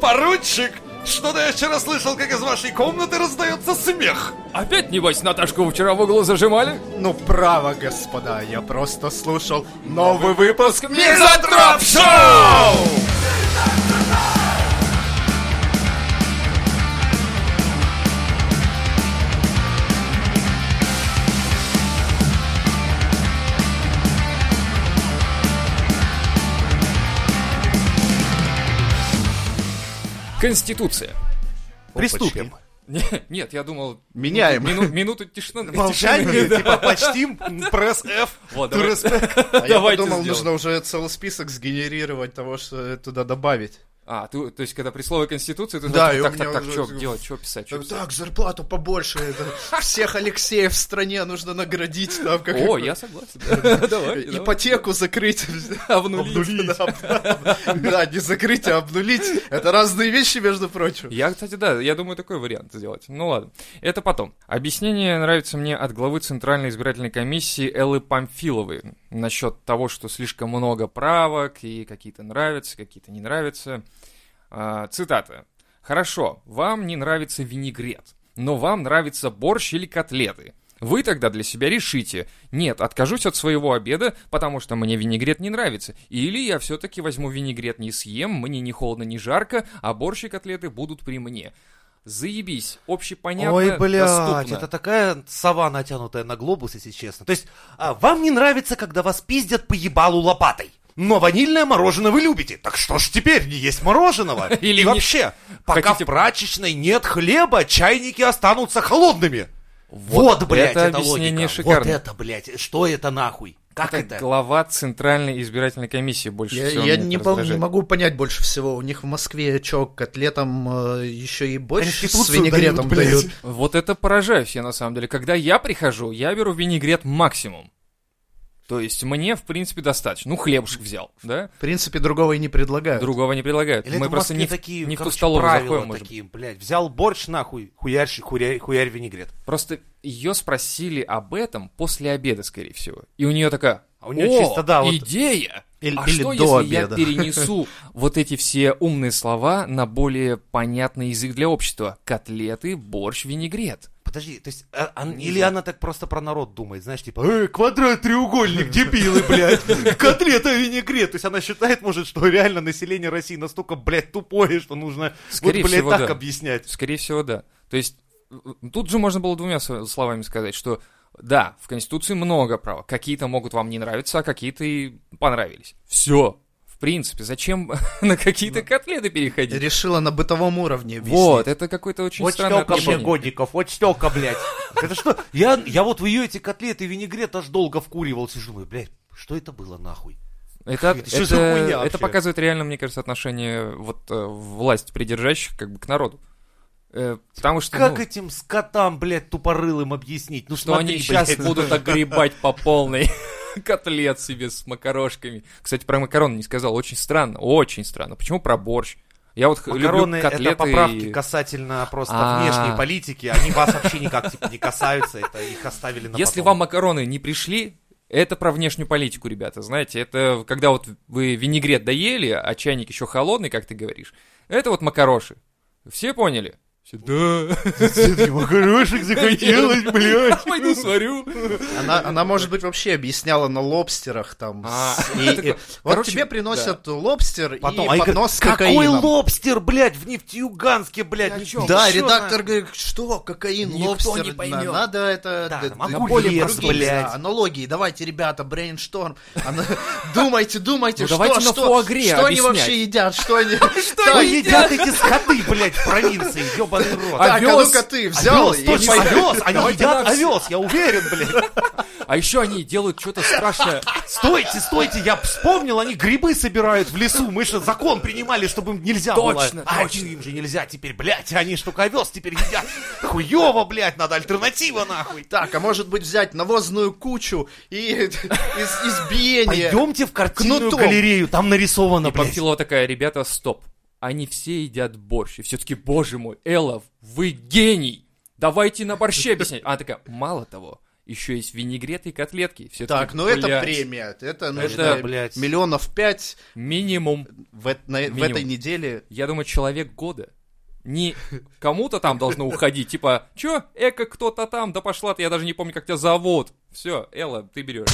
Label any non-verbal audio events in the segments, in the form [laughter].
поручик! Что-то я вчера слышал, как из вашей комнаты раздается смех. Опять, небось, Наташку вчера в углу зажимали? Ну, право, господа, я просто слушал новый выпуск Мизантроп Шоу! Конституция. Приступим. Не- Нет, я думал... Меняем. [laughs] мину- минуту тишины. Молчание, тишины, да. типа [laughs] почти пресс F. Вот, to давай. respect. А я Давайте подумал, сделаем. нужно уже целый список сгенерировать того, что туда добавить. А, ты- то есть, когда при слове Конституции, ты Да, так, и у так, меня так, так, уже- что делать, что писать, чё писать? Так, зарплату побольше. это Всех Алексеев в стране нужно наградить. там как- О, я согласен. да. Давай, давай. Ипотеку закрыть. [laughs] Обнулить. Да, об- Да, не закрыть, а обнулить. Это разные вещи, между прочим. Я, кстати, да, я думаю, такой вариант сделать. Ну ладно, это потом. Объяснение нравится мне от главы Центральной избирательной комиссии Эллы Памфиловой насчет того, что слишком много правок, и какие-то нравятся, какие-то не нравятся. А, цитата. «Хорошо, вам не нравится винегрет, но вам нравится борщ или котлеты. Вы тогда для себя решите, нет, откажусь от своего обеда, потому что мне винегрет не нравится. Или я все-таки возьму винегрет не съем, мне не холодно, не жарко, а борщ и котлеты будут при мне. Заебись, общепонятно, Ой, блядь, доступно. это такая сова, натянутая на глобус, если честно. То есть, а, вам не нравится, когда вас пиздят по ебалу лопатой. Но ванильное мороженое вы любите. Так что ж теперь не есть мороженого? [laughs] Или И не- вообще, пока Хотите- в прачечной нет хлеба, чайники останутся холодными. Вот, блядь, это это, объяснение логика. шикарно. Вот это, блядь, что это нахуй? Как Это это? глава Центральной избирательной комиссии больше Я, всего я меня не, это пол- не раздражает. могу понять больше всего. У них в Москве чё, к котлетам еще и больше с Конституцию винегретом дают, блядь. дают. Вот это поражаюсь я на самом деле. Когда я прихожу, я беру винегрет максимум. То есть мне, в принципе, достаточно. Ну, хлебушек взял, да? В принципе, другого и не предлагают. Другого не предлагают. Э, Или Мы это в просто Москве не, в- такие, не в ту короче, столовую правила заходим, может быть. такие, блядь. Взял борщ нахуй, хуярь, хуярь, хуярь винегрет. Просто ее спросили об этом после обеда, скорее всего. И у нее такая, А у неё «О, чисто, да, вот- идея! Или- а или что, до если обеда?» я перенесу [laughs] вот эти все умные слова на более понятный язык для общества? Котлеты, борщ, винегрет. Подожди, то есть, а- а- или она так просто про народ думает, знаешь, типа, «Э, квадрат, треугольник, дебилы, [laughs] блядь, котлета, винегрет. То есть она считает, может, что реально население России настолько, блядь, тупое, что нужно Скорее вот, блядь, всего, так да. объяснять. Скорее всего, да. То есть э, тут же можно было двумя со- словами сказать, что да, в Конституции много права. Какие-то могут вам не нравиться, а какие-то и понравились. Все. В принципе, зачем [laughs] на Ну, какие-то котлеты переходить? Решила на бытовом уровне объяснить. Вот, это какой-то очень Вот странный стёлка мне годников, вот стёлка, блядь. Это что? Я, я вот в ее эти котлеты, винегрет аж долго вкуривал, сижу, думаю, блядь, что это было нахуй? Это, Что за это- хуйня это вообще? показывает реально, мне кажется, отношение вот э, власть придержащих как бы к народу. Э, потому что, Как ну, этим скотам, блядь, тупорылым объяснить? Ну что смотри, они сейчас блядь. будут огребать по полной [laughs] котлет себе с макарошками. Кстати, про макароны не сказал. Очень странно, очень странно. Почему про борщ? Я вот х- Макароны люблю котлеты это поправки и- касательно просто А. внешней политики, они вас вообще никак типа, не касаются, это их оставили на Если потом. вам макароны не пришли, это про внешнюю политику, ребята, знаете, это когда вот вы винегрет доели, а чайник еще холодный, как ты говоришь, это вот макароши. Все поняли? Все, да. [laughs] макарошек захотелось, блядь. Пойду сварю. Она, она, может быть, вообще объясняла на лобстерах там. А, [laughs] с- и- и- такой, вот короче, тебе приносят лобстер Потом, а и они поднос с говорят, какой кокаином. лобстер, блядь, в Нефтеюганске, блядь. ну, ничего. Да, Вы чё, редактор говорит, что кокаин, Никто лобстер, не на- поймёт. надо это... Да, д- там д- огурец, более другие, блядь. да, аналогии, давайте, ребята, брейншторм, Ана- [laughs] думайте, думайте, Ну, что, давайте на что, фуагре что они объяснять. вообще едят, что они... на- [laughs] Так, [laughs] Что едят эти скоты, блядь, в провинции, ебаный рот. Так, а Овёс? ну-ка ты взял овес, и точно, пойдём. овес, они Давайте едят на всё. овес, я уверен, блядь. А еще они делают что-то страшное. Стойте, стойте, я вспомнил, они грибы собирают в лесу, мы же закон принимали, чтобы им нельзя Точно, было. А точно. им же нельзя теперь, блядь, они ж только овес теперь едят. Хуёво, блядь, надо альтернатива, нахуй. Так, а может быть взять навозную кучу и [laughs] из- избиение. Пойдемте в картинную Кнутом. галерею, там нарисовано, блядь. Памфилова такая, ребята, стоп. Они все едят борщ. И все-таки, боже мой, Элла, вы гений. Давайте на борще объяснять. Она такая, мало того, еще есть винегреты и котлетки. Все Так, такие, ну это «Блядь, премия. Это ну, Это, нужно блядь. миллионов пять Минимум. в эт- на- в Минимум. этой неделе. Я думаю, человек года. Не кому-то там должно уходить, типа, чё, эко кто-то там, да пошла ты, я даже не помню, как тебя зовут. Все, Элла, ты берешь.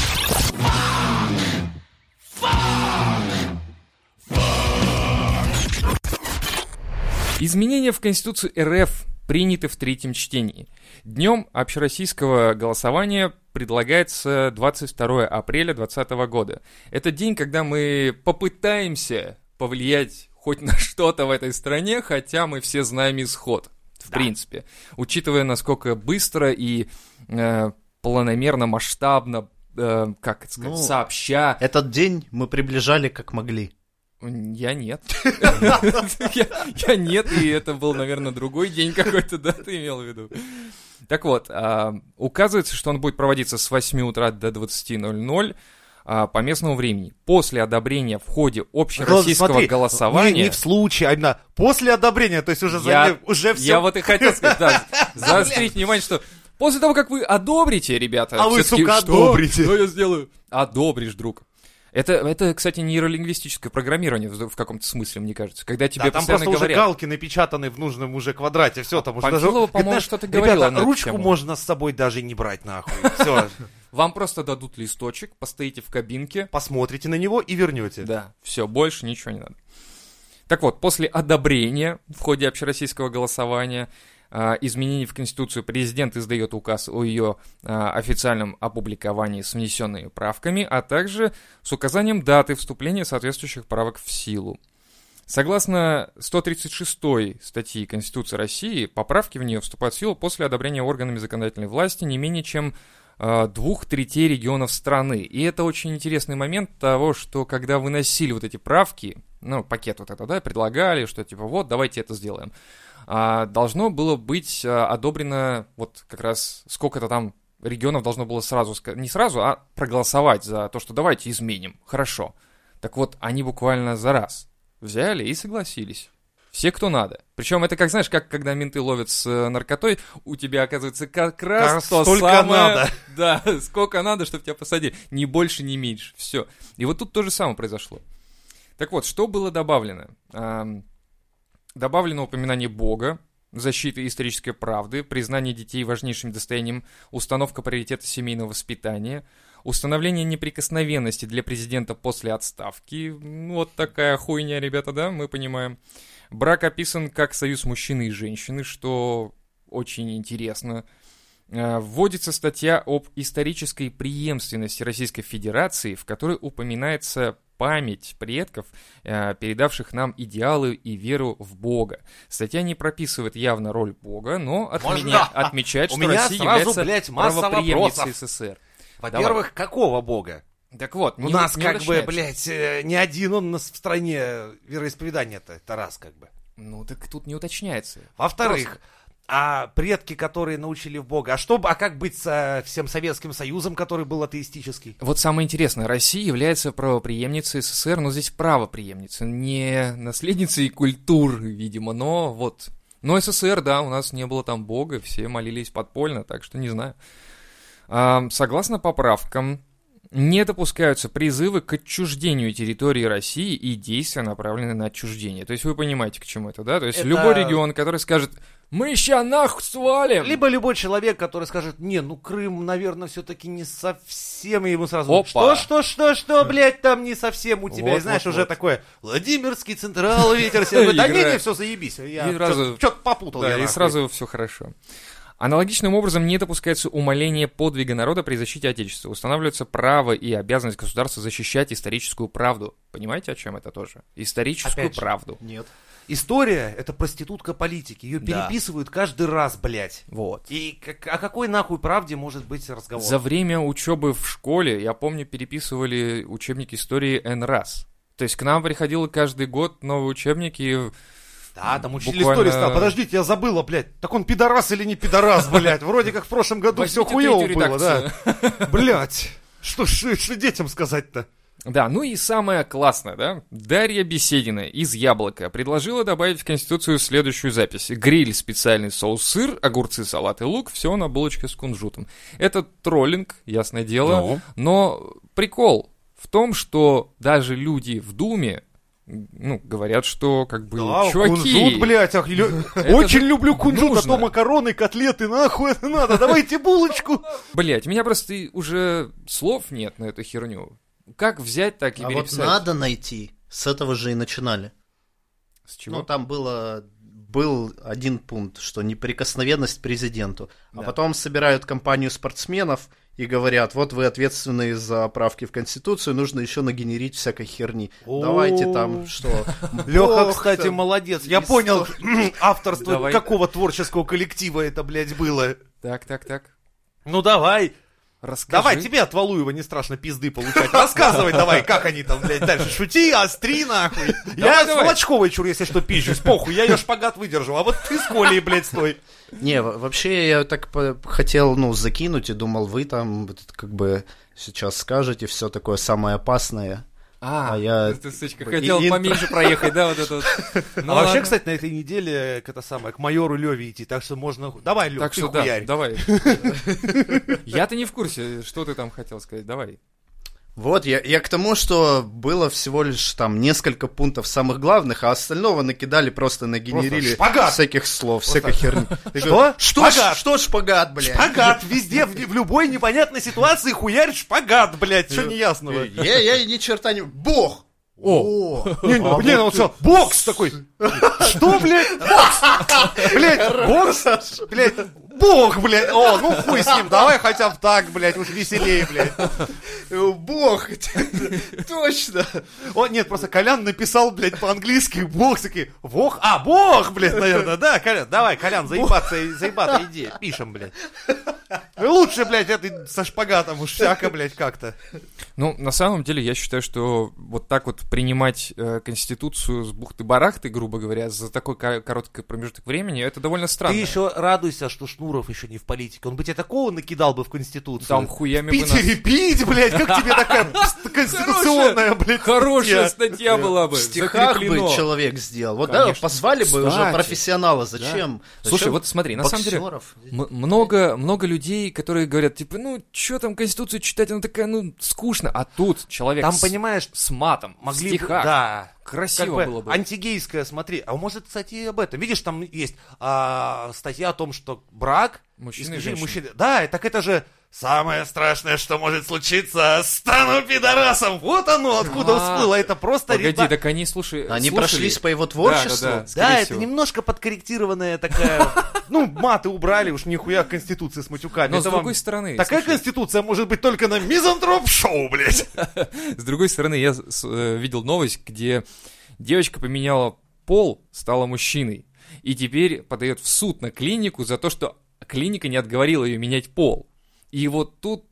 Изменения в Конституцию РФ приняты в третьем чтении. Днем общероссийского голосования предлагается 22 апреля 2020 года. Это день, когда мы попытаемся повлиять хоть на [laughs] что-то в этой стране, хотя мы все знаем исход, в принципе. Учитывая, насколько быстро и э, планомерно, масштабно, э, как это сказать, Ну, сообща Этот день мы приближали как могли. я нет. [laughs] я, я нет, и это был, наверное, другой день какой-то, да, ты имел в виду. Так вот, а, указывается, что он будет проводиться с 8 утра до 20.00 а, по местному времени. После одобрения в ходе общероссийского Смотри, голосования... Не, не в случае, а именно после одобрения, то есть уже, за- Я- уже все Я вот и хотел сказать, [laughs] да, заострить внимание, что после того, как вы одобрите, ребята... А вы, всё-таки, сука, «Что? одобрите». Что я сделаю? Одобришь, друг. Это, это, кстати, нейролингвистическое программирование в, в каком-то смысле, мне кажется. Когда тебе Да, там постоянно просто уже говорят... галки напечатаны в нужном уже квадрате, все, там уже даже... Панфилова, Говорит, по-моему, знаешь, что-то ребята, говорила на эту ручку тему. можно с собой даже не брать нахуй, все, Вам просто дадут листочек, постоите в кабинке. посмотрите на него и вернете. Да, все, больше ничего не надо. Так вот, после одобрения в ходе общероссийского голосования а, изменений в Конституцию президент издает указ о ее а, официальном опубликовании с внесенными правками, а также с указанием даты вступления соответствующих правок в силу. Согласно 136 статьи Конституции России, поправки в нее вступают в силу после одобрения органами законодательной власти не менее чем э, двух третей регионов страны. И это очень интересный момент того, что когда выносили вот эти правки, ну, пакет вот это, да, предлагали, что типа вот, давайте это сделаем, а, должно было быть а, одобрено вот как раз сколько-то там регионов должно было сразу, ска- не сразу, а проголосовать за то, что давайте изменим, хорошо. Так вот, они буквально за раз взяли и согласились. Все, кто надо. Причем это, как знаешь, как когда менты ловят с э, наркотой, у тебя оказывается как раз Как раз то столько самое... надо. [laughs] Да, сколько надо, чтобы тебя посадили. Ни больше, ни меньше. Все. И вот тут то же самое произошло. Так вот, что было добавлено? Ам, Добавлено упоминание Бога, защита исторической правды, признание детей важнейшим достоянием, установка приоритета семейного воспитания, установление неприкосновенности для президента после отставки. Ну, Вот такая хуйня, ребята, да, мы понимаем. Брак описан как союз мужчины и женщины, что очень интересно. Э, Вводится статья об исторической преемственности Российской Федерации, в которой упоминается память предков, э, передавших нам идеалы и веру в Бога. Статья не прописывает явно роль Бога, но отменя- отмечает, У что меня Россия сразу, является блядь, масса правопреемницей вопросов. СССР. Во-первых, какого бога? Так вот, У не- нас не как бы, уточняется. блядь, э, не один он у нас в стране вероисповедания-то, это раз как бы. Ну так тут не уточняется. Во-вторых, а предки, которые научили в Бога, а что, б- а как быть с э, всем Советским Союзом, который был атеистический? Вот самое интересное, Россия является правоприемницей СССР, но здесь правоприемница, не наследницей культур, видимо, но вот. Но СССР, да, у нас не было там бога, все молились подпольно, так что не знаю. Ам, Согласно поправкам, не допускаются призывы к отчуждению территории России и действия, направленные на отчуждение. То есть вы понимаете, к чему это, да? То есть Это- любой регион, который скажет «Мы ща нахуй свалим!» Либо любой человек, который скажет, не, ну Крым, наверное, все-таки не совсем, и ему сразу, Опа. что, что, что, что, блядь, там не совсем у тебя, Вот, и знаешь, вот, уже вот. такое, Владимирский Централ, ветер, все, [laughs] да не, не, Играет. все, заебись, я И сразу- что-то попутал. Да, я и нахуй». сразу все хорошо. Аналогичным образом не допускается умаление подвига народа при защите Отечества. Устанавливается право и обязанность государства защищать историческую правду. Понимаете, о чем это тоже? Историческую Опять же. правду. Нет. История — это проститутка политики, ее Да. переписывают каждый раз, блядь. Вот. И как- о какой нахуй правде может быть разговор? За время учебы в школе, я помню, переписывали учебник истории N раз. То есть к нам приходило каждый год новые учебники. Да, там учитель Буквально- истории стал. Подождите, я забыла, блядь. Так он пидорас или не [laughs] пидорас, блядь? Вроде как в прошлом году все Возьмите хуево третью было, да. редакцию. Блядь. Что, ж- что детям сказать-то? Да, ну и самое классное, да? Дарья Беседина из «Яблока» предложила добавить в Конституцию следующую запись. Гриль, специальный соус, сыр, огурцы, салат и лук, все на булочке с кунжутом. Это троллинг, ясное дело, но прикол в том, что даже люди в Думе ну, говорят, что как бы, Да, чуваки... кунжут, блядь, ах, лю- Это очень же люблю кунжут, а нужно. то макароны, котлеты, нахуй это надо, давайте булочку. Блять, у меня просто и уже слов нет на эту херню. Как взять, так и А вот переписать. надо найти. С этого же и начинали. С Ну, чего? там было, был один пункт, что неприкосновенность президенту. Да. А потом собирают компанию спортсменов и говорят, вот вы ответственные за правки в Конституцию, нужно еще нагенерить всякой херни. О. Давайте там что? Леха, Бог кстати, там. молодец. Я И [clears throat] понял, авторство Давай. какого творческого коллектива это, блядь, было. Так, так, так. Ну давай, Расскажи. давай, тебе от Валуева не страшно пизды получать. Рассказывай давай, как они там, блядь, дальше. Шути, остри нахуй. Я Давай, с давай. Волочковой чур, если что, пизжусь, похуй, я ее шпагат выдержал, а вот ты с Колей, блядь, стой. Не, во- вообще я так по- хотел, ну, закинуть и думал, вы там вот это как бы сейчас скажете все такое самое опасное. А, А я- Ты, сучка, хотел интро. поменьше проехать, да, вот это вот. Ну а вообще, ладно. кстати, на этой неделе к это самое, к майору Леве идти, так что можно. Давай, Лев, Так ты что да, хуярь. давай. Я-то не в курсе, что ты там хотел сказать, давай. Вот, я, я к тому, что было всего лишь там несколько пунктов самых главных, а остального накидали просто нагенерили шпагат. всяких слов, [laughs] всякой херни. Я Что? говорю, Что, Шпагат. ш- что шпагат, блядь? Шпагат везде, в, в любой непонятной ситуации хуярь шпагат, блядь, Э, что неясного. Я, я ни черта не... Бог! О! Не, ну, блин, он все, бокс такой. Что, блядь? Бокс! Блядь, бокс, блядь, бог, блядь. О, ну хуй с ним, давай хотя бы так, блядь, уж веселее, блядь. Бог! [laughs] Точно! О, нет, просто Колян написал, блядь, по-английски бог, такие, вох, а, бог, блядь, наверное, да, Колян, давай, Колян, заебаться, заебаться, иди, пишем, блядь. Лучше, блядь, это со шпагатом уж всяко, блядь, как-то. Ну, на самом деле, я считаю, что вот так вот принимать э, Конституцию с бухты-барахты, грубо говоря, за такой ко- короткий промежуток времени, это довольно странно. Ты еще радуйся, что Шнуров еще не в политике. Он бы тебе такого накидал бы в Конституцию. Там хуями в бы нас- Питере пить, блядь, как [laughs] тебе такая пс- конституционная, блядь, Хорошая статья? статья была бы. В стихах бы закреплено. человек сделал. Вот да, Конечно. позвали бы уже Кстати. профессионала. Зачем? Слушай, Зачем вот смотри, на самом деле, э, боксеров? М- много, много людей, которые говорят, типа, ну, что там Конституцию читать, она такая, ну, скучно. А тут человек Там, с, понимаешь, с матом, могли в бы- стихах. да. Красиво Как бы было бы. Антигейское, смотри. А может, кстати, и об этом. Видишь, там есть а, статья о том, что брак... Мужчины и исключение женщины. мужчины. Да, и так это же самое страшное, что может случиться. Стану пидорасом. Вот оно, откуда А, всплыло. Это просто... Погоди, реба- так они, слушай, Они слушали. прошлись по его Да, да, творчеству. да, скорее Да, это всего. немножко подкорректированная такая... [laughs] Ну, маты убрали, уж нихуя конституции с матюками. Но Это с вам- другой стороны, Такая слушай, конституция может быть только на мизантроп-шоу, блядь. с другой стороны, я с- э, видел новость, где девочка поменяла пол, стала мужчиной, и теперь подает в суд на клинику за то, что клиника не отговорила ее менять пол. И вот тут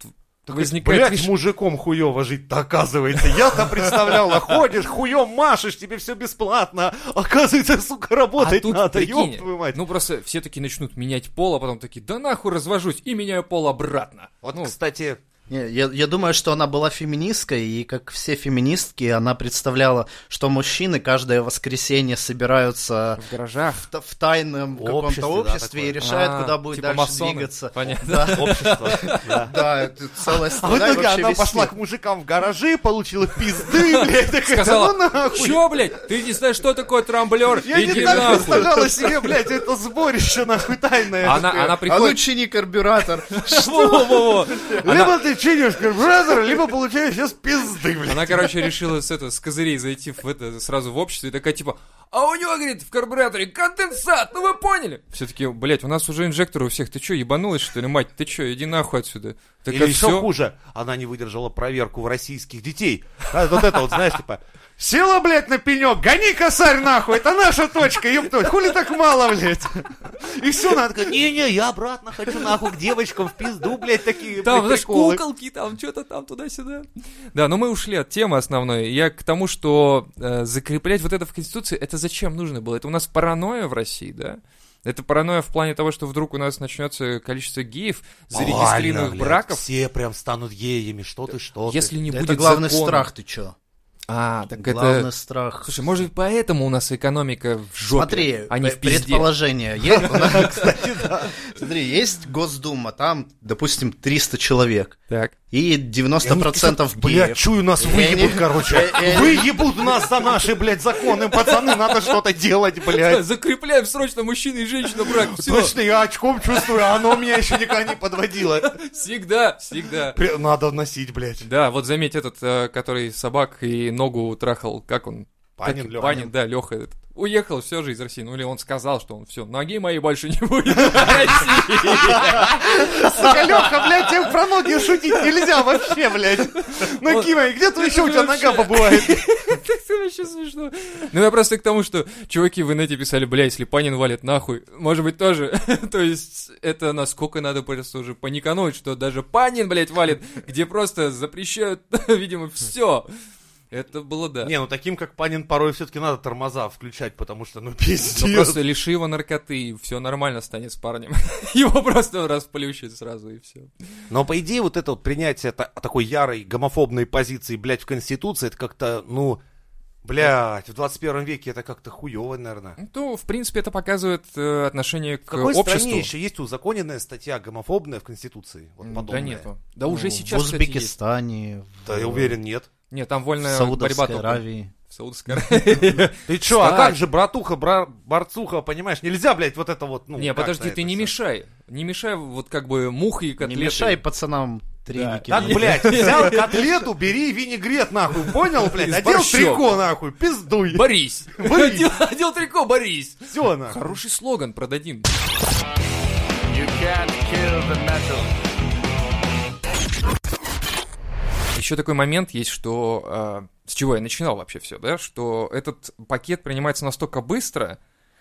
возникает... Блядь, видишь, мужиком хуёво жить-то оказывается. Я-то представляла, ходишь, хуём машешь, тебе все бесплатно. Оказывается, сука, А работать тут, надо, прикинь, ёб твою мать. ну просто все таки начнут менять пол, а потом такие, да нахуй развожусь, и меняю пол обратно. Вот, ну, [laughs] кстати, Не, я, я думаю, что она была феминисткой, и как все феминистки, она представляла, что мужчины каждое воскресенье собираются в гаражах. в, та- в тайном В каком-то обществе, да, обществе и такое. решают, А, куда будет типа дальше масоны. двигаться. Понятно. Да, общество. да. да, это [laughs] целая А в страна и итоге вообще она весь пошла к мир. мужикам в гаражи, получила пизды, [laughs] блядь, такая, «Да Сказала, ну нахуй. чё, блядь, ты не знаешь, что такое трамблер, Я не иди так нахуй. представляла себе, блядь, это сборище нахуй тайное. Она, она А ну приходит... [laughs] чини карбюратор. Во-во-во. ну Либо ты чинишь карбюратор, либо получаешь сейчас пизды, блядь. Она, короче, решила с, это, с козырей зайти в это, сразу в общество и такая, типа, а у него, говорит, в карбюраторе конденсат, ну вы поняли? Все таки блядь, у нас уже инжекторы у всех, ты чё, ебанулась, что ли, мать, ты чё, иди нахуй отсюда. Так Или еще хуже, она не выдержала проверку в российских детей. А, Вот это вот, знаешь, типа... Села, блядь, на пенек, гони косарь нахуй, это наша точка, ёпта, хули так мало, блядь. И все, она такая, не-не, я обратно хочу нахуй к девочкам в пизду, блядь, такие [laughs] Там, блядь, знаешь, приколы. куколки, там что-то там туда-сюда. Да, но мы ушли от темы основной. Я к тому, что э, закреплять вот это в Конституции, это зачем нужно было? Это у нас паранойя в России, да? Это паранойя в плане того, что вдруг у нас начнется количество геев, зарегистрированных Ладно, блядь, браков, Все прям станут геями, что ты, что ты. если не Да будет это главный закона. страх, ты чё? А, так главный это... страх. Слушай, может быть, поэтому у нас экономика в жопе, Смотри, а не пре- в пизде. [laughs] предположение. Есть- у нас, кстати, да. Смотри, есть Госдума, там, допустим, 300 человек. Так. И 90% Блядь, геев. Э, чую, нас Я выебут, [laughs] не- короче. Я- я- Выебут нас за наши, блядь, законы, пацаны, надо что-то делать, блядь. [laughs] Закрепляем срочно мужчина и женщина брак. Все. Точно, я очком чувствую, а оно меня еще никогда не подводило. Всегда, всегда. При- Надо вносить, блядь. Да, вот заметь этот, э, который собак и ногу трахал, как он? Панин, Как- Лёха. Панин, да, Леха этот. Уехал все же из России. Ну или он сказал, что он все, ноги моей больше не [laughs] будет в России. Сука, Леха, блядь, тебе про ноги шутить нельзя вообще, блядь. Ну, Вот. Кима, где то еще у тебя Вообще. нога побывает? Это вообще смешно. Ну я просто к тому, что чуваки в инете писали, бля, если Панин валит нахуй, может быть тоже. [laughs] То есть это насколько надо просто уже паникануть, что даже Панин, блядь, валит, где просто запрещают, [laughs] видимо, все. Это было да. Не, ну таким, как Панин, порой все-таки надо тормоза включать, потому что, ну, Ну, пиздец. просто лиши его наркоты, и все нормально станет с парнем. [laughs] Его просто расплющит сразу, и все. Но, по идее, вот это вот принятие та- такой ярой гомофобной позиции, блядь, в Конституции, это как-то, ну, блядь, в 21 веке это как-то хуево, наверное. Ну, в принципе, это показывает э, отношение к В какой обществу. стране еще есть узаконенная статья гомофобная в Конституции? Вот М, Да подобная. нету. Да Ну, уже сейчас, В кстати, есть. Узбекистане. в- Да я уверен, нет. Нет, там В вольная борьба Саудовской только. Аравии. В [laughs] Саудовской Аравии. Ты чё, а Кстати. как же братуха, бра- борцуха, понимаешь? Нельзя, блядь, вот это вот, ну, Не, как на подожди, это ты не всё? мешай. Не мешай вот как бы мухи и Не котлеты. мешай пацанам треники. Так, надеть. блядь, [laughs] взял котлету, бери винегрет, нахуй, понял, блядь? Из Одел борща. трико, нахуй, пиздуй. Борис! [laughs] Борис. Одел- Одел трико, Борис! Все, нахуй. Хороший слоган продадим. Еще такой момент есть, что э, с чего я начинал вообще все, да, что этот пакет принимается настолько быстро,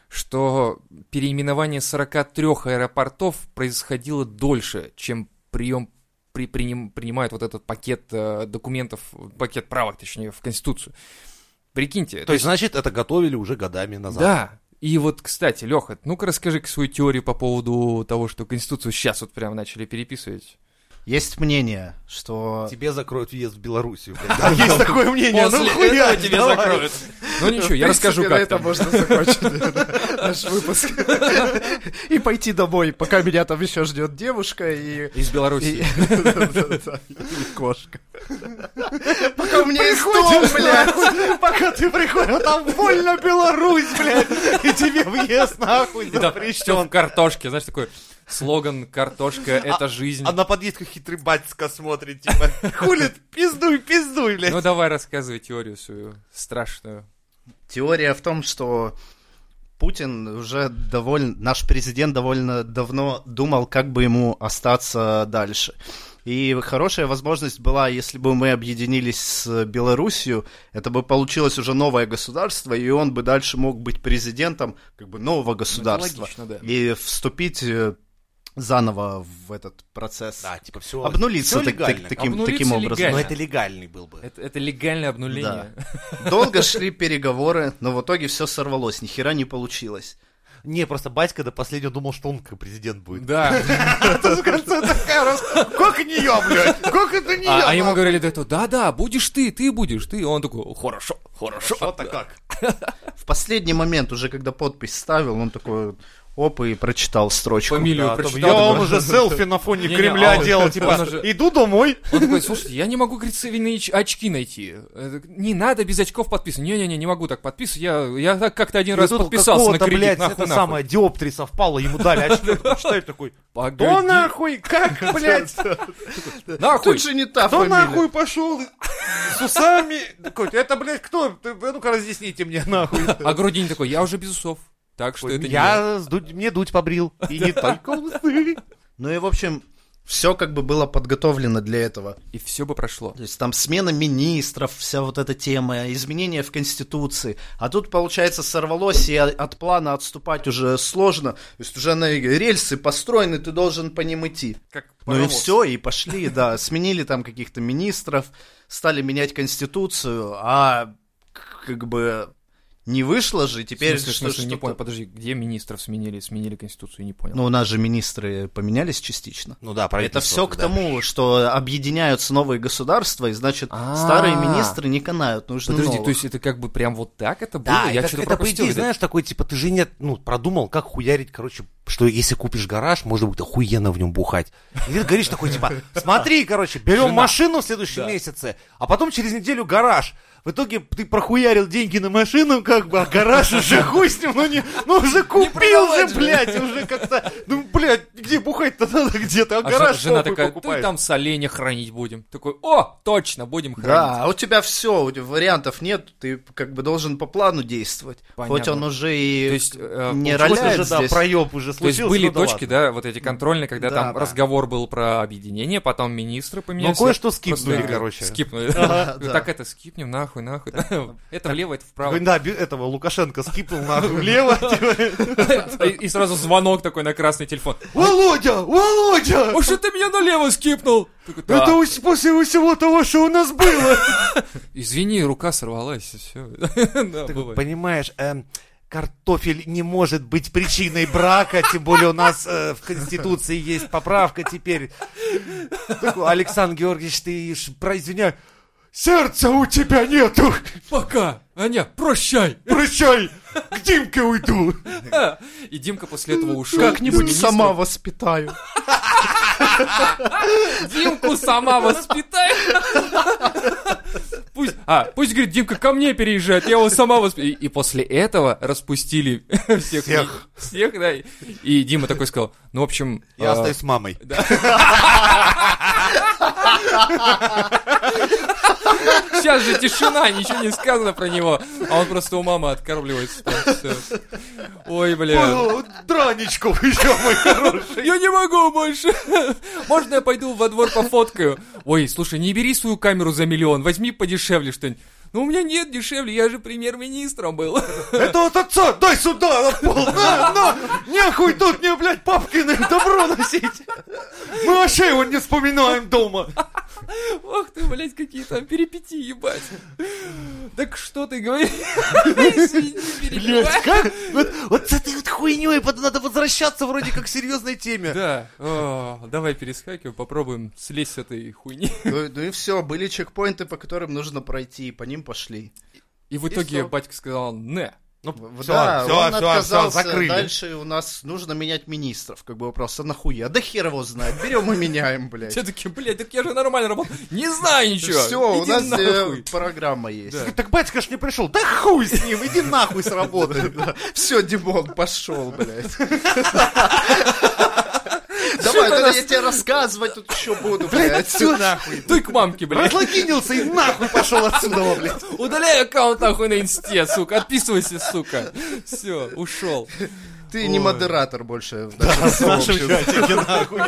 что переименование 43 аэропортов происходило дольше, чем прием при, приним- принимает вот этот пакет э, документов, пакет правок, точнее, в Конституцию. Прикиньте, То есть, значит, это готовили уже годами назад. да. И вот, кстати, Леха, ну-ка расскажи-ка свою теорию по поводу того, что Конституцию сейчас вот прям начали переписывать. Есть мнение, что... Тебе закроют въезд в Белоруссию. блядь. Да, Есть такое мнение. Ну хуя, давай. Ну ничего, я В принципе, расскажу, на как этом там. можно закончить наш выпуск. [laughs] И пойти домой, пока меня там еще ждет девушка и... Из Беларуси. и- [laughs] да-да-да, и Кошка. Пока у меня есть дом, блядь. [laughs] Пока ты приходишь, а там вольно Беларусь, блядь. И тебе въезд нахуй И там все в запрещен. картошке, знаешь, такой слоган «Картошка — это жизнь». А на подъездках хитрый батька смотрит, типа, хулит, пиздуй, пиздуй, блядь. Ну давай рассказывай теорию свою страшную. Теория в том, что Путин уже довольно, наш президент довольно давно думал, как бы ему остаться дальше. И хорошая возможность была, если бы мы объединились с Белоруссией, это бы получилось уже новое государство, и он бы дальше мог быть президентом как бы нового государства. Ну, логично, да. И вступить э, заново в этот процесс. Да, типа, все. Обнулиться так- так- таким, Обнулиться таким образом. легально. Но это легальный был бы. Это, это легальное обнуление. [laughs] Долго шли переговоры, но в итоге все сорвалось, нихера не получилось. Не, просто батька до последнего думал, что он как президент будет. [laughs] Да. [laughs] А тут в конце такая раз, как не я, блядь, как это не А, а нахуй?» ему говорили до этого, да-да, будешь ты, ты будешь, ты. И он такой, хорошо, хорошо. Что-то как. В последний момент, уже когда подпись ставил, он такой оп и прочитал строчку. Фамилию Да, там прочитал. я такой, [laughs] вам уже селфи на фоне Не-не, Кремля а он- делал, типа, он же- иду [laughs] домой. Он такой, слушайте, я не могу, говорит, современные оч- очки найти. Э, так, Не надо без очков подписывать. Не-не-не, не могу так подписывать. Я, я так как-то один раз И тут подписался на какого-то, кредит, блядь, нахуй, это нахуй. самое, диоптри совпало, ему дали очко, такой, [laughs] читаю такой, Погоди, да нахуй, [laughs] как, блядь, нахуй. Тут же не та кто фамилия. нахуй пошел с усами, такой, это, блядь, кто, Ты, а ну-ка разъясните мне, нахуй. А Грудинин такой, я уже без усов. Так что это не я. Я, с Дудь- мне дуть побрил, и [laughs] не только усы. Ну и в общем, все как бы было подготовлено для этого. И все бы прошло. То есть там смена министров, вся вот эта тема, изменения в Конституции. А тут, получается, сорвалось, и от плана отступать уже сложно. То есть уже на рельсы построены, ты должен по ним идти. Как Ну и паровоз. все, и пошли, да. Сменили там каких-то министров, стали менять конституцию, а к- как бы Не вышло же, теперь в смысле, в что- смысле, не что-то- понял, подожди, где министров сменили, сменили конституцию, не понял. Ну, у нас же министры поменялись частично. Ну да, Это все к тому, что объединяются новые государства, и значит, А. старые министры не канают, нужно Подожди, новых. то есть это как бы прям вот так это было? ну, Да, Ну, Я это, что-то это, по пропустил. идее, видать. знаешь, такой, типа, ты же нет, ну, продумал, как хуярить, короче, что если купишь гараж, можно будет охуенно в нем бухать. И ты говоришь такой, типа, смотри, короче, берем машину в следующем месяце, а потом через неделю гараж. В итоге ты прохуярил деньги на машину, как бы, а гараж [laughs] уже хуй с ним, ну, не, ну уже купил же, блядь, уже как-то, ну, блядь, где бухать-то надо где-то, а А жена, гараж жена похуй такая, ты покупаешь». там соленья хранить будем. Такой, о, точно, будем хранить. Да, а у тебя все, вариантов нет, ты как бы должен по плану действовать. Понятно. Хоть он уже и То есть, э, не Вот роляет уже, да, здесь. проеб уже То есть случился. были ну да точки, ладно. да, вот эти контрольные, когда Да, там да. разговор был про объединение, потом министры Ну, поменялись. кое-что Просто скипнули, я- короче. Скипнули. [laughs] Ну, Ага, да. Так это скипнем, нахуй, нахуй. Это влево, это Ой, вправо. Да, бю- этого Лукашенко скипнул нахуй [laughs] влево. типа. И и сразу звонок такой на красный телефон. Володя! Володя! О, что ты меня налево скипнул? Такой, «Да». Это ус- после всего того, что у нас было. Извини, рука сорвалась, и [laughs] все. Ты Понимаешь, эм, картофель не может быть причиной брака, тем более у нас э, в Конституции есть поправка теперь. Такой, Александр Георгиевич, ты ж, про- извиняй, сердца у тебя нету. Пока, Аня, прощай. Прощай, к Димке уйду. И Димка после этого ушел. Как-нибудь сама воспитаю. Димку сама воспитай. Пусть, а, пусть, говорит, Димка ко мне переезжает, я его сама воспитаю. И, и после этого распустили всех. Всех. Всех, да. И, и Дима такой сказал, ну, в общем... Я а, остаюсь с мамой. Сейчас же тишина, ничего не сказано про него. А он просто у мамы откармливается. там, всё. Ой, бля. О, Драничку [laughs] еще мой хороший. Я не могу больше. Можно я пойду во двор пофоткаю? Ой, слушай, не бери свою камеру за миллион, возьми подешевле что-нибудь. Ну, у меня нет дешевле, я же премьер-министром был. Это от отца, дай сюда, на [laughs] пол, на, на, нехуй тут мне, блядь, папкины добро носить. Мы вообще его не вспоминаем дома. Ох ты, блядь, какие там перипетии, ебать. Так что ты говоришь? Блядь, как? Вот, вот с этой вот хуйней под- надо возвращаться вроде как к серьезной теме. Да, О, давай перескакиваем, попробуем слезть с этой хуйни. Ну ну и все, были чекпоинты, по которым нужно пройти, и по ним пошли. И в всё. итоге батька сказал, не. Ну, Всё, да, он отказался. Дальше у нас нужно менять министров. Как бы вопрос, а нахуя? Да хер его знает, берем и меняем, блядь. Все такие, блядь, так я же нормально работал. Не знаю ничего. Все, у Иди нас э, нахуй». программа есть. [laughs] Да. Так батька ж не пришел. Да хуй с ним, иди [laughs] нахуй с работы. Все, Димон, пошел, блядь. Давай, тогда я тебе рассказывать тут еще буду, блядь. Все нахуй. Ты к мамке, блядь. Разлогинился и нахуй пошел отсюда, блядь. Удаляй аккаунт нахуй на инсте, сука. Отписывайся, сука. Все, ушел. Ты не Ой. модератор больше. в С нашим нашем сообществе. чатике нахуй.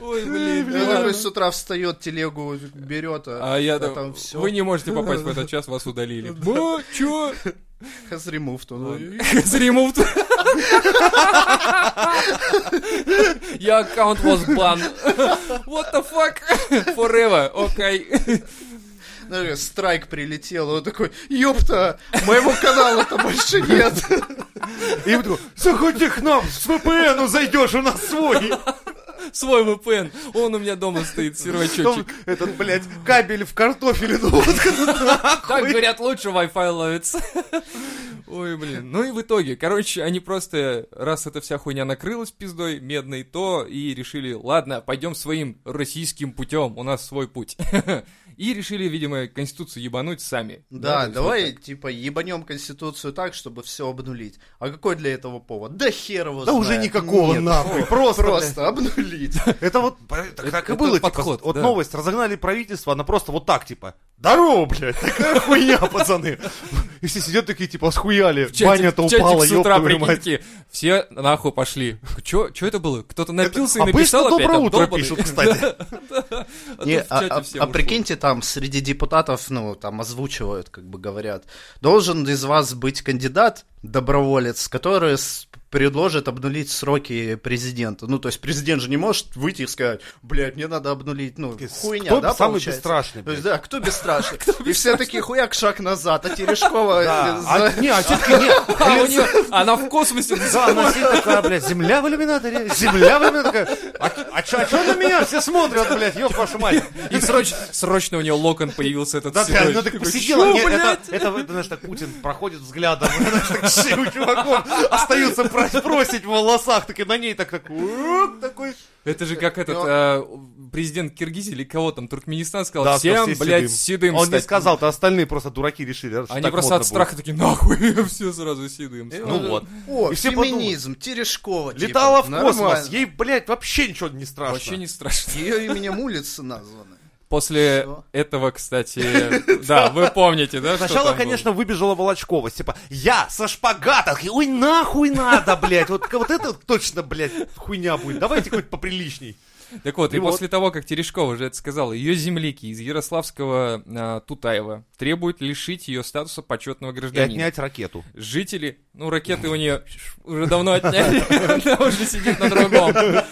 Ой, блин. Я ладно. такой с утра встает, телегу берет, а, А я а там, там все. вы не можете попасть в этот час, вас удалили. Бо, чё? Has removed. Он, ой, Has removed. Я аккаунт was banned. What the fuck? Forever, окей. наверное, Страйк прилетел, он такой, ёпта, моего канала-то больше нет. И такой, заходи к нам, с VPN зайдешь, у нас [laughs] свой. Свой VPN. Он у меня дома стоит, Там сервачочек. этот, блядь, кабель в картофеле. ну, вот [laughs] Так, говорят, лучше Wi-Fi ловится. [laughs] Ой, блин. Ну и в итоге, короче, они просто, раз эта вся хуйня накрылась пиздой медной, то и решили, ладно, пойдем своим российским путем, у нас свой путь. [laughs] И решили, видимо, Конституцию ебануть сами. Да, то есть давай, вот так. типа, ебанем Конституцию так, чтобы все обнулить. А какой для этого повод? Да хер его Да знает. уже никакого Нет. нахуй. Просто, блядь. Просто обнулить. Это вот так, так и это было. типа, подход, вот да. новость разогнали правительство, она просто вот так типа. Здорово, блядь, такая хуйня, [laughs] пацаны. И все сидят такие, типа, схуяли. В чатик- Баня-то в чатик упала, с утра, ёб твою прикинь, мать. такие, Все нахуй пошли. Че это было? Кто-то напился и обычно написал опять? «Доброе утро» «Долбанный». пишут, кстати. [laughs] Да, да. А Не, тут в а, чате а- все а ушло. прикиньте, там среди депутатов, ну, там озвучивают, как бы говорят, должен из вас быть кандидат, доброволец, который с- предложит обнулить сроки президента. Ну, то есть президент же не может выйти и сказать, блядь, мне надо обнулить, ну, хуйня, кто да, самый получается? бесстрашный, То есть, да, [laughs] кто бесстрашный? И все такие, хуяк, шаг назад, а Терешкова... э, за- не, а тетки нет. А у неё- Она в космосе. [laughs] Да, она сидит такая, блядь, земля в иллюминаторе, земля в иллюминаторе. А, а чё, а чё на меня все смотрят, блядь, ёб вашу мать. И сроч- срочно у нее локон появился этот Да, да, седой. она так Такой, посидела. «Чё, не, это, блядь?» это, это, знаешь, так Путин проходит взглядом, [laughs] знаешь, так шею чуваков остаются прос- просить в волосах, так и на ней так, так, «Уп», такой. Это же как этот Ну, а, президент Киргизии или кого там, Туркменистан, сказал, Да, всем, что все блядь, седым Он не стать». сказал, то остальные просто дураки решили. раз Они так просто модно от будет. страха такие, нахуй, [laughs] все сразу седым. стали». Ну вот. О, И все феминизм, Терешкова. типа, Летала в космос, нормально. ей, блядь, вообще ничего не страшно. Вообще не страшно. Ее именем улицы названы. [laughs] После Всё. этого, кстати, [laughs] да, вы помните, да? что Сначала, там было? конечно, выбежала Волочкова, типа, я со шпагатах, и ой, нахуй надо, блядь, вот, вот это точно, блядь, хуйня будет, давайте хоть поприличней. Так вот, и Ну вот. после того, как Терешкова уже это сказала, ее земляки из Ярославского а, Тутаева требуют лишить ее статуса почетного И гражданина. отнять ракету. Жители, ну, ракеты у нее уже давно отняли, [laughs] она уже сидит на другом.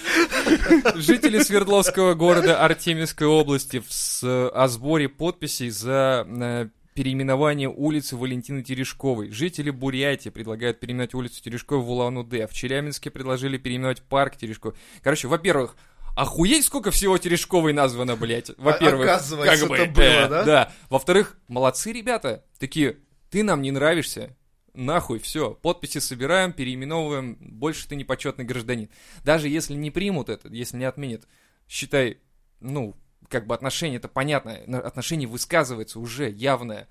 Жители Свердловского города Артемьевской области в с- э, о сборе подписей за э, переименование улицы Валентины Терешковой. Жители Бурятии предлагают переименовать улицу Терешковой в Улан-Удэ. а В Челябинске предложили переименовать парк Терешковой. Короче, во-первых, охуеть, сколько всего Терешковой названо, блядь. Во-первых, оказывается, как бы, это было, э, да? Да. Во-вторых, молодцы ребята. Такие, ты нам не нравишься, нахуй, все, подписи собираем, переименовываем, больше ты не почетный гражданин. Даже если не примут это, если не отменят, считай, ну, как бы отношение, это понятно, на- отношение высказывается уже явное.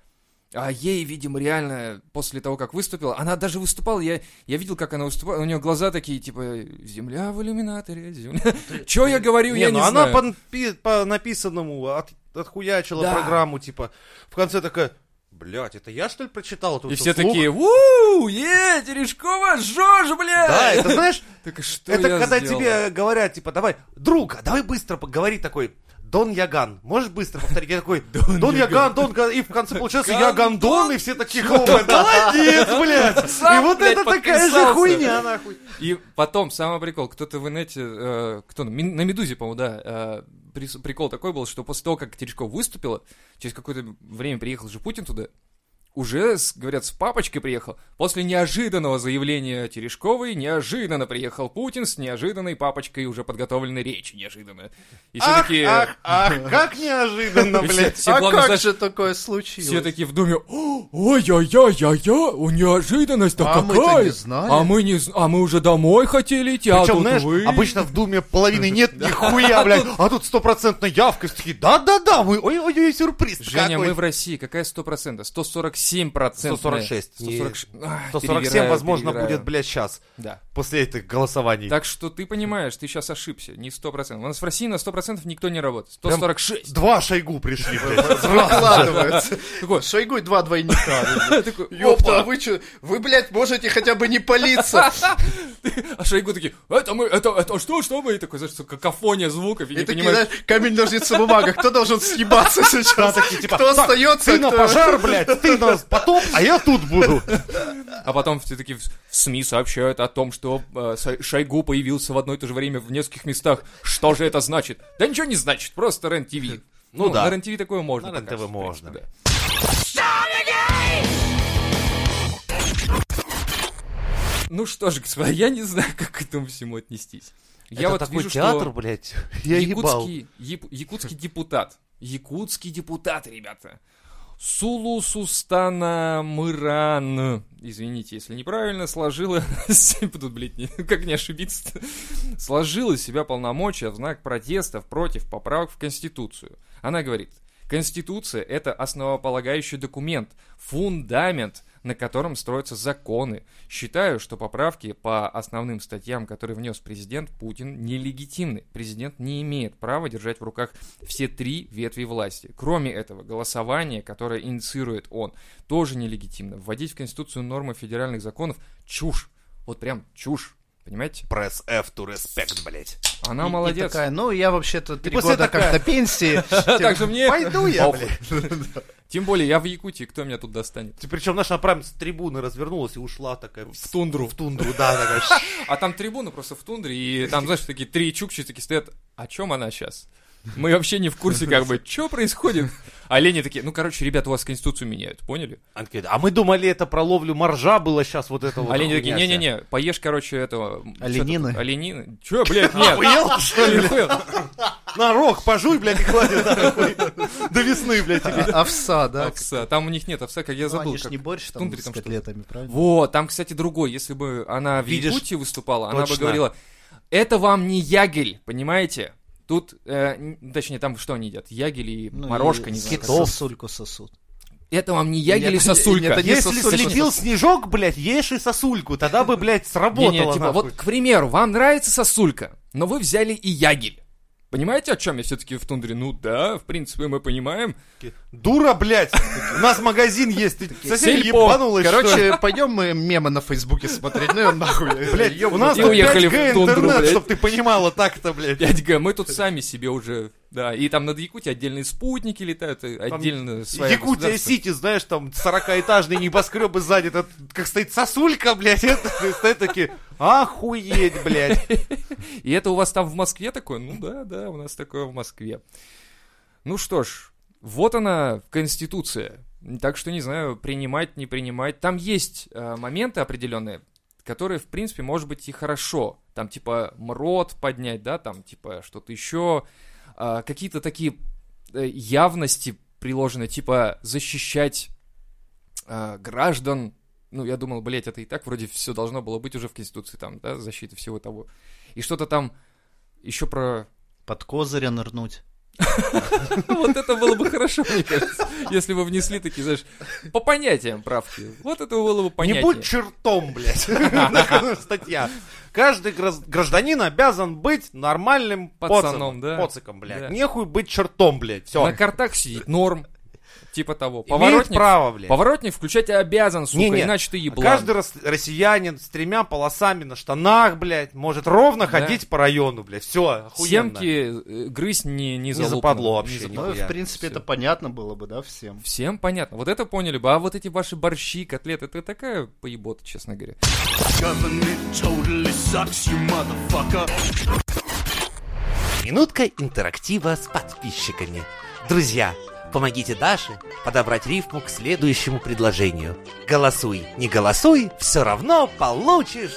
А ей, видимо, реально, после того, как выступила, она даже выступала, я, я видел, как она выступала, у нее глаза такие, типа, земля в иллюминаторе, земля. Че я говорю, я ну не она знаю. по, напи- по написанному от, отхуячила Да. программу, типа, в конце такая, блядь, это я, что ли, прочитал эту И все вслух?» такие, у е, Терешкова, жжешь, блядь! Да, это знаешь, Так [laughs] что это я когда сделал? тебе говорят, типа, давай, друг, а давай быстро поговори такой, Дон Яган, можешь быстро повторить? Я такой, Дон, Яган, Дон Га-» и в конце получается Гандон. Яган Дон, и все такие, «О, [laughs] молодец, блядь! Сам, И вот блядь, это такая же подписался. хуйня, нахуй. И потом, самый прикол, кто-то в инете, э, кто на Мин- на Медузе, по-моему, да, э, прис- прикол такой был, что после того, как Терешкова выступила, через какое-то время приехал же Путин туда, уже, с- говорят, с папочкой приехал. После неожиданного заявления Терешковой неожиданно приехал Путин с неожиданной папочкой уже подготовленной речи, неожиданно. И все Ах, такие... ах, [laughs] ах, как неожиданно, и все- блядь. все, а главное, как знаешь, же такое случилось? Все [laughs] такие в думе, «О, ой-яй-яй-яй-яй, о, неожиданность-то А мы-то какая! не знали». А мы, не, з- а мы уже домой хотели идти, а Причем, тут знаешь, вы. обычно в Думе [laughs] половины нет нихуя, блядь, а тут стопроцентная явка, и все такие, да-да-да, мы, ой-ой-ой, сюрприз Женя, какой». мы в России, какая 100%? 147%. 146. 146. Ах, 147, перевираю, возможно, перевираю. будет, блядь, сейчас, Да. после этих голосований. Так что ты понимаешь, ты сейчас ошибся, не 100%. У нас в России на 100% никто не работает. 146. Два шойгу пришли, [laughs] блядь. Выкладываются. Такой, Шойгу и два [laughs] двойника. такой, Ёпта, а «Опа!» вы что? Вы, блядь, можете хотя бы не [laughs] палиться. А Шойгу такие, это мы, это, это что, что мы? И такой, знаешь, что какофония звуков, и И не такие, понимаешь, знаешь, камень, ножницы, бумага. Кто должен [laughs] съебаться Да, сейчас? такие, типа, Кто «Так, остается? Ты на кто- пожар, блядь, ты на потоп, а я тут буду. А потом все-таки в в СМИ сообщают о том, что э, Сай- Шойгу появился в одно и то же время в нескольких местах. Что же это значит? Да ничего не значит, просто РЕН-ТВ. Ну да. На РЕН-ТВ такое можно. На показывать, РЕН-ТВ в принципе, можно. да. Ну что же, господа, я не знаю, как к этому всему отнестись. [laughs] я Это вот такой вижу, театр, что блядь, я ебал. якутский, яп- якутский депутат. Якутский депутат, ребята. Сулу Сустана Мыран, извините, если неправильно, сложила... [laughs] Тут, блядь, не- как не ошибиться Сложила из себя полномочия в знак протестов против поправок в Конституцию. Она говорит, Конституция – это основополагающий документ, фундамент, на котором строятся законы. Считаю, что поправки по основным статьям, которые внес президент Путин, нелегитимны. Президент не имеет права держать в руках все три ветви власти. Кроме этого, голосование, которое инициирует он, тоже нелегитимно. Вводить в Конституцию нормы федеральных законов – чушь. Вот прям чушь. Понимаете? Press F to respect, [laughs] блядь. Она И- и молодец. такая, ну, я вообще-то три после года такая, как-то [laughs] пенсии. типа, Так же мне... Пойду я, похуй. Тем более, я в Якутии, кто меня тут достанет? Причем наша прям с трибуны развернулась и ушла такая в тундру. в тундру, да, такая. «Ш». А там трибуна просто в тундре, и там, знаешь, такие три чукчи такие стоят. О чем она сейчас? Мы вообще не в курсе, как бы, что происходит. Олени такие, ну, короче, ребят, у вас Конституцию меняют, поняли? Они такие, А мы думали, это про ловлю моржа было сейчас вот это вот. Олени такие, хуйня вся». не-не-не, поешь, короче, этого... Оленины? что-то, Оленины. Че, блядь, нет. Охуел, что ли? Нихуя. На рог пожуй, блядь, и клади вот так вот. До весны, блядь, тебе. а, Овса, да? Овса. Там у них нет овса, как я Ну, забыл. Они ж как- не борщ там тундре с там что-то. котлетами, правильно? Вот, там, кстати, другой. Если бы она в Видишь? Якутии выступала, она бы Точно. говорила, это вам не ягель, понимаете? Тут, э, н- точнее, там что они едят? Ягель и Ну, морожка, и не знаю. Китов сосульку сосут. Это вам не ягель и Нет, сосулька. нет, это не Если сосулька. слетел снежок, блядь, ешь и сосульку, тогда бы, блядь, Не, сработало. не, типа, нахуй. вот, к примеру, вам нравится сосулька, но вы взяли и ягель. Понимаете, о чем я все-таки в тундре? Ну да, в принципе, мы понимаем. [laughs] Дура, блядь, у нас магазин есть, ты соседи Сельпо. ебанулась, что ли? [laughs] Короче, пойдем мы мемы на Фейсбуке смотреть, ну и нахуй. Блядь, у нас И тут уехали в 5G тундру, интернет, блядь. чтоб ты понимала так-то, блядь. 5G, мы тут сами себе уже, да, и там над Якутией отдельные спутники летают, и отдельно своя Якутия государство. Сити, знаешь, там 40-этажные небоскребы сзади, это как стоит сосулька, блядь, [laughs] это стоят такие, охуеть, блядь. И это у вас там в Москве такое? Ну да, да, у нас такое в Москве. Ну что ж, вот она, Конституция. Так что не знаю, принимать, не принимать. Там есть э, моменты определенные, которые, в принципе, может быть и хорошо. Там типа мрот поднять, да, там типа что-то еще. А, какие-то такие э, явности приложены, типа защищать а, граждан. Ну, я думал, блядь, это и так вроде все должно было быть уже в Конституции, там, да, защита всего того. И что-то там еще про... [laughs] Под козыря нырнуть. Вот это было бы хорошо, мне кажется, если бы внесли такие, знаешь, по понятиям правки. Вот это было бы Не понятнее. будь чертом, блядь. [laughs] Такая Статья. Каждый граз- гражданин обязан быть нормальным Пацаном, поцаном, да. поциком, Да. блядь. Нехуй быть чертом, блядь. Все. На картах сидеть, норм. Типа того. Имеет Поворотник, право, блядь. поворотник включать обязан, сука, Не-не. а иначе ты еблан. Каждый рос- россиянин с тремя полосами на штанах, блядь, может ровно Да. ходить по району, блядь. Все, охуенно. Семки э, грызть не, не, залупано, западло не вообще, западло. Ну, Нихуя, в принципе, всё. это понятно было бы, да, всем. Всем понятно. Вот это поняли бы. А вот эти ваши борщи, котлеты, это такая поебота, честно говоря. Минутка интерактива с подписчиками. Друзья, помогите Даше подобрать рифму к следующему предложению. Голосуй, не голосуй, все равно получишь.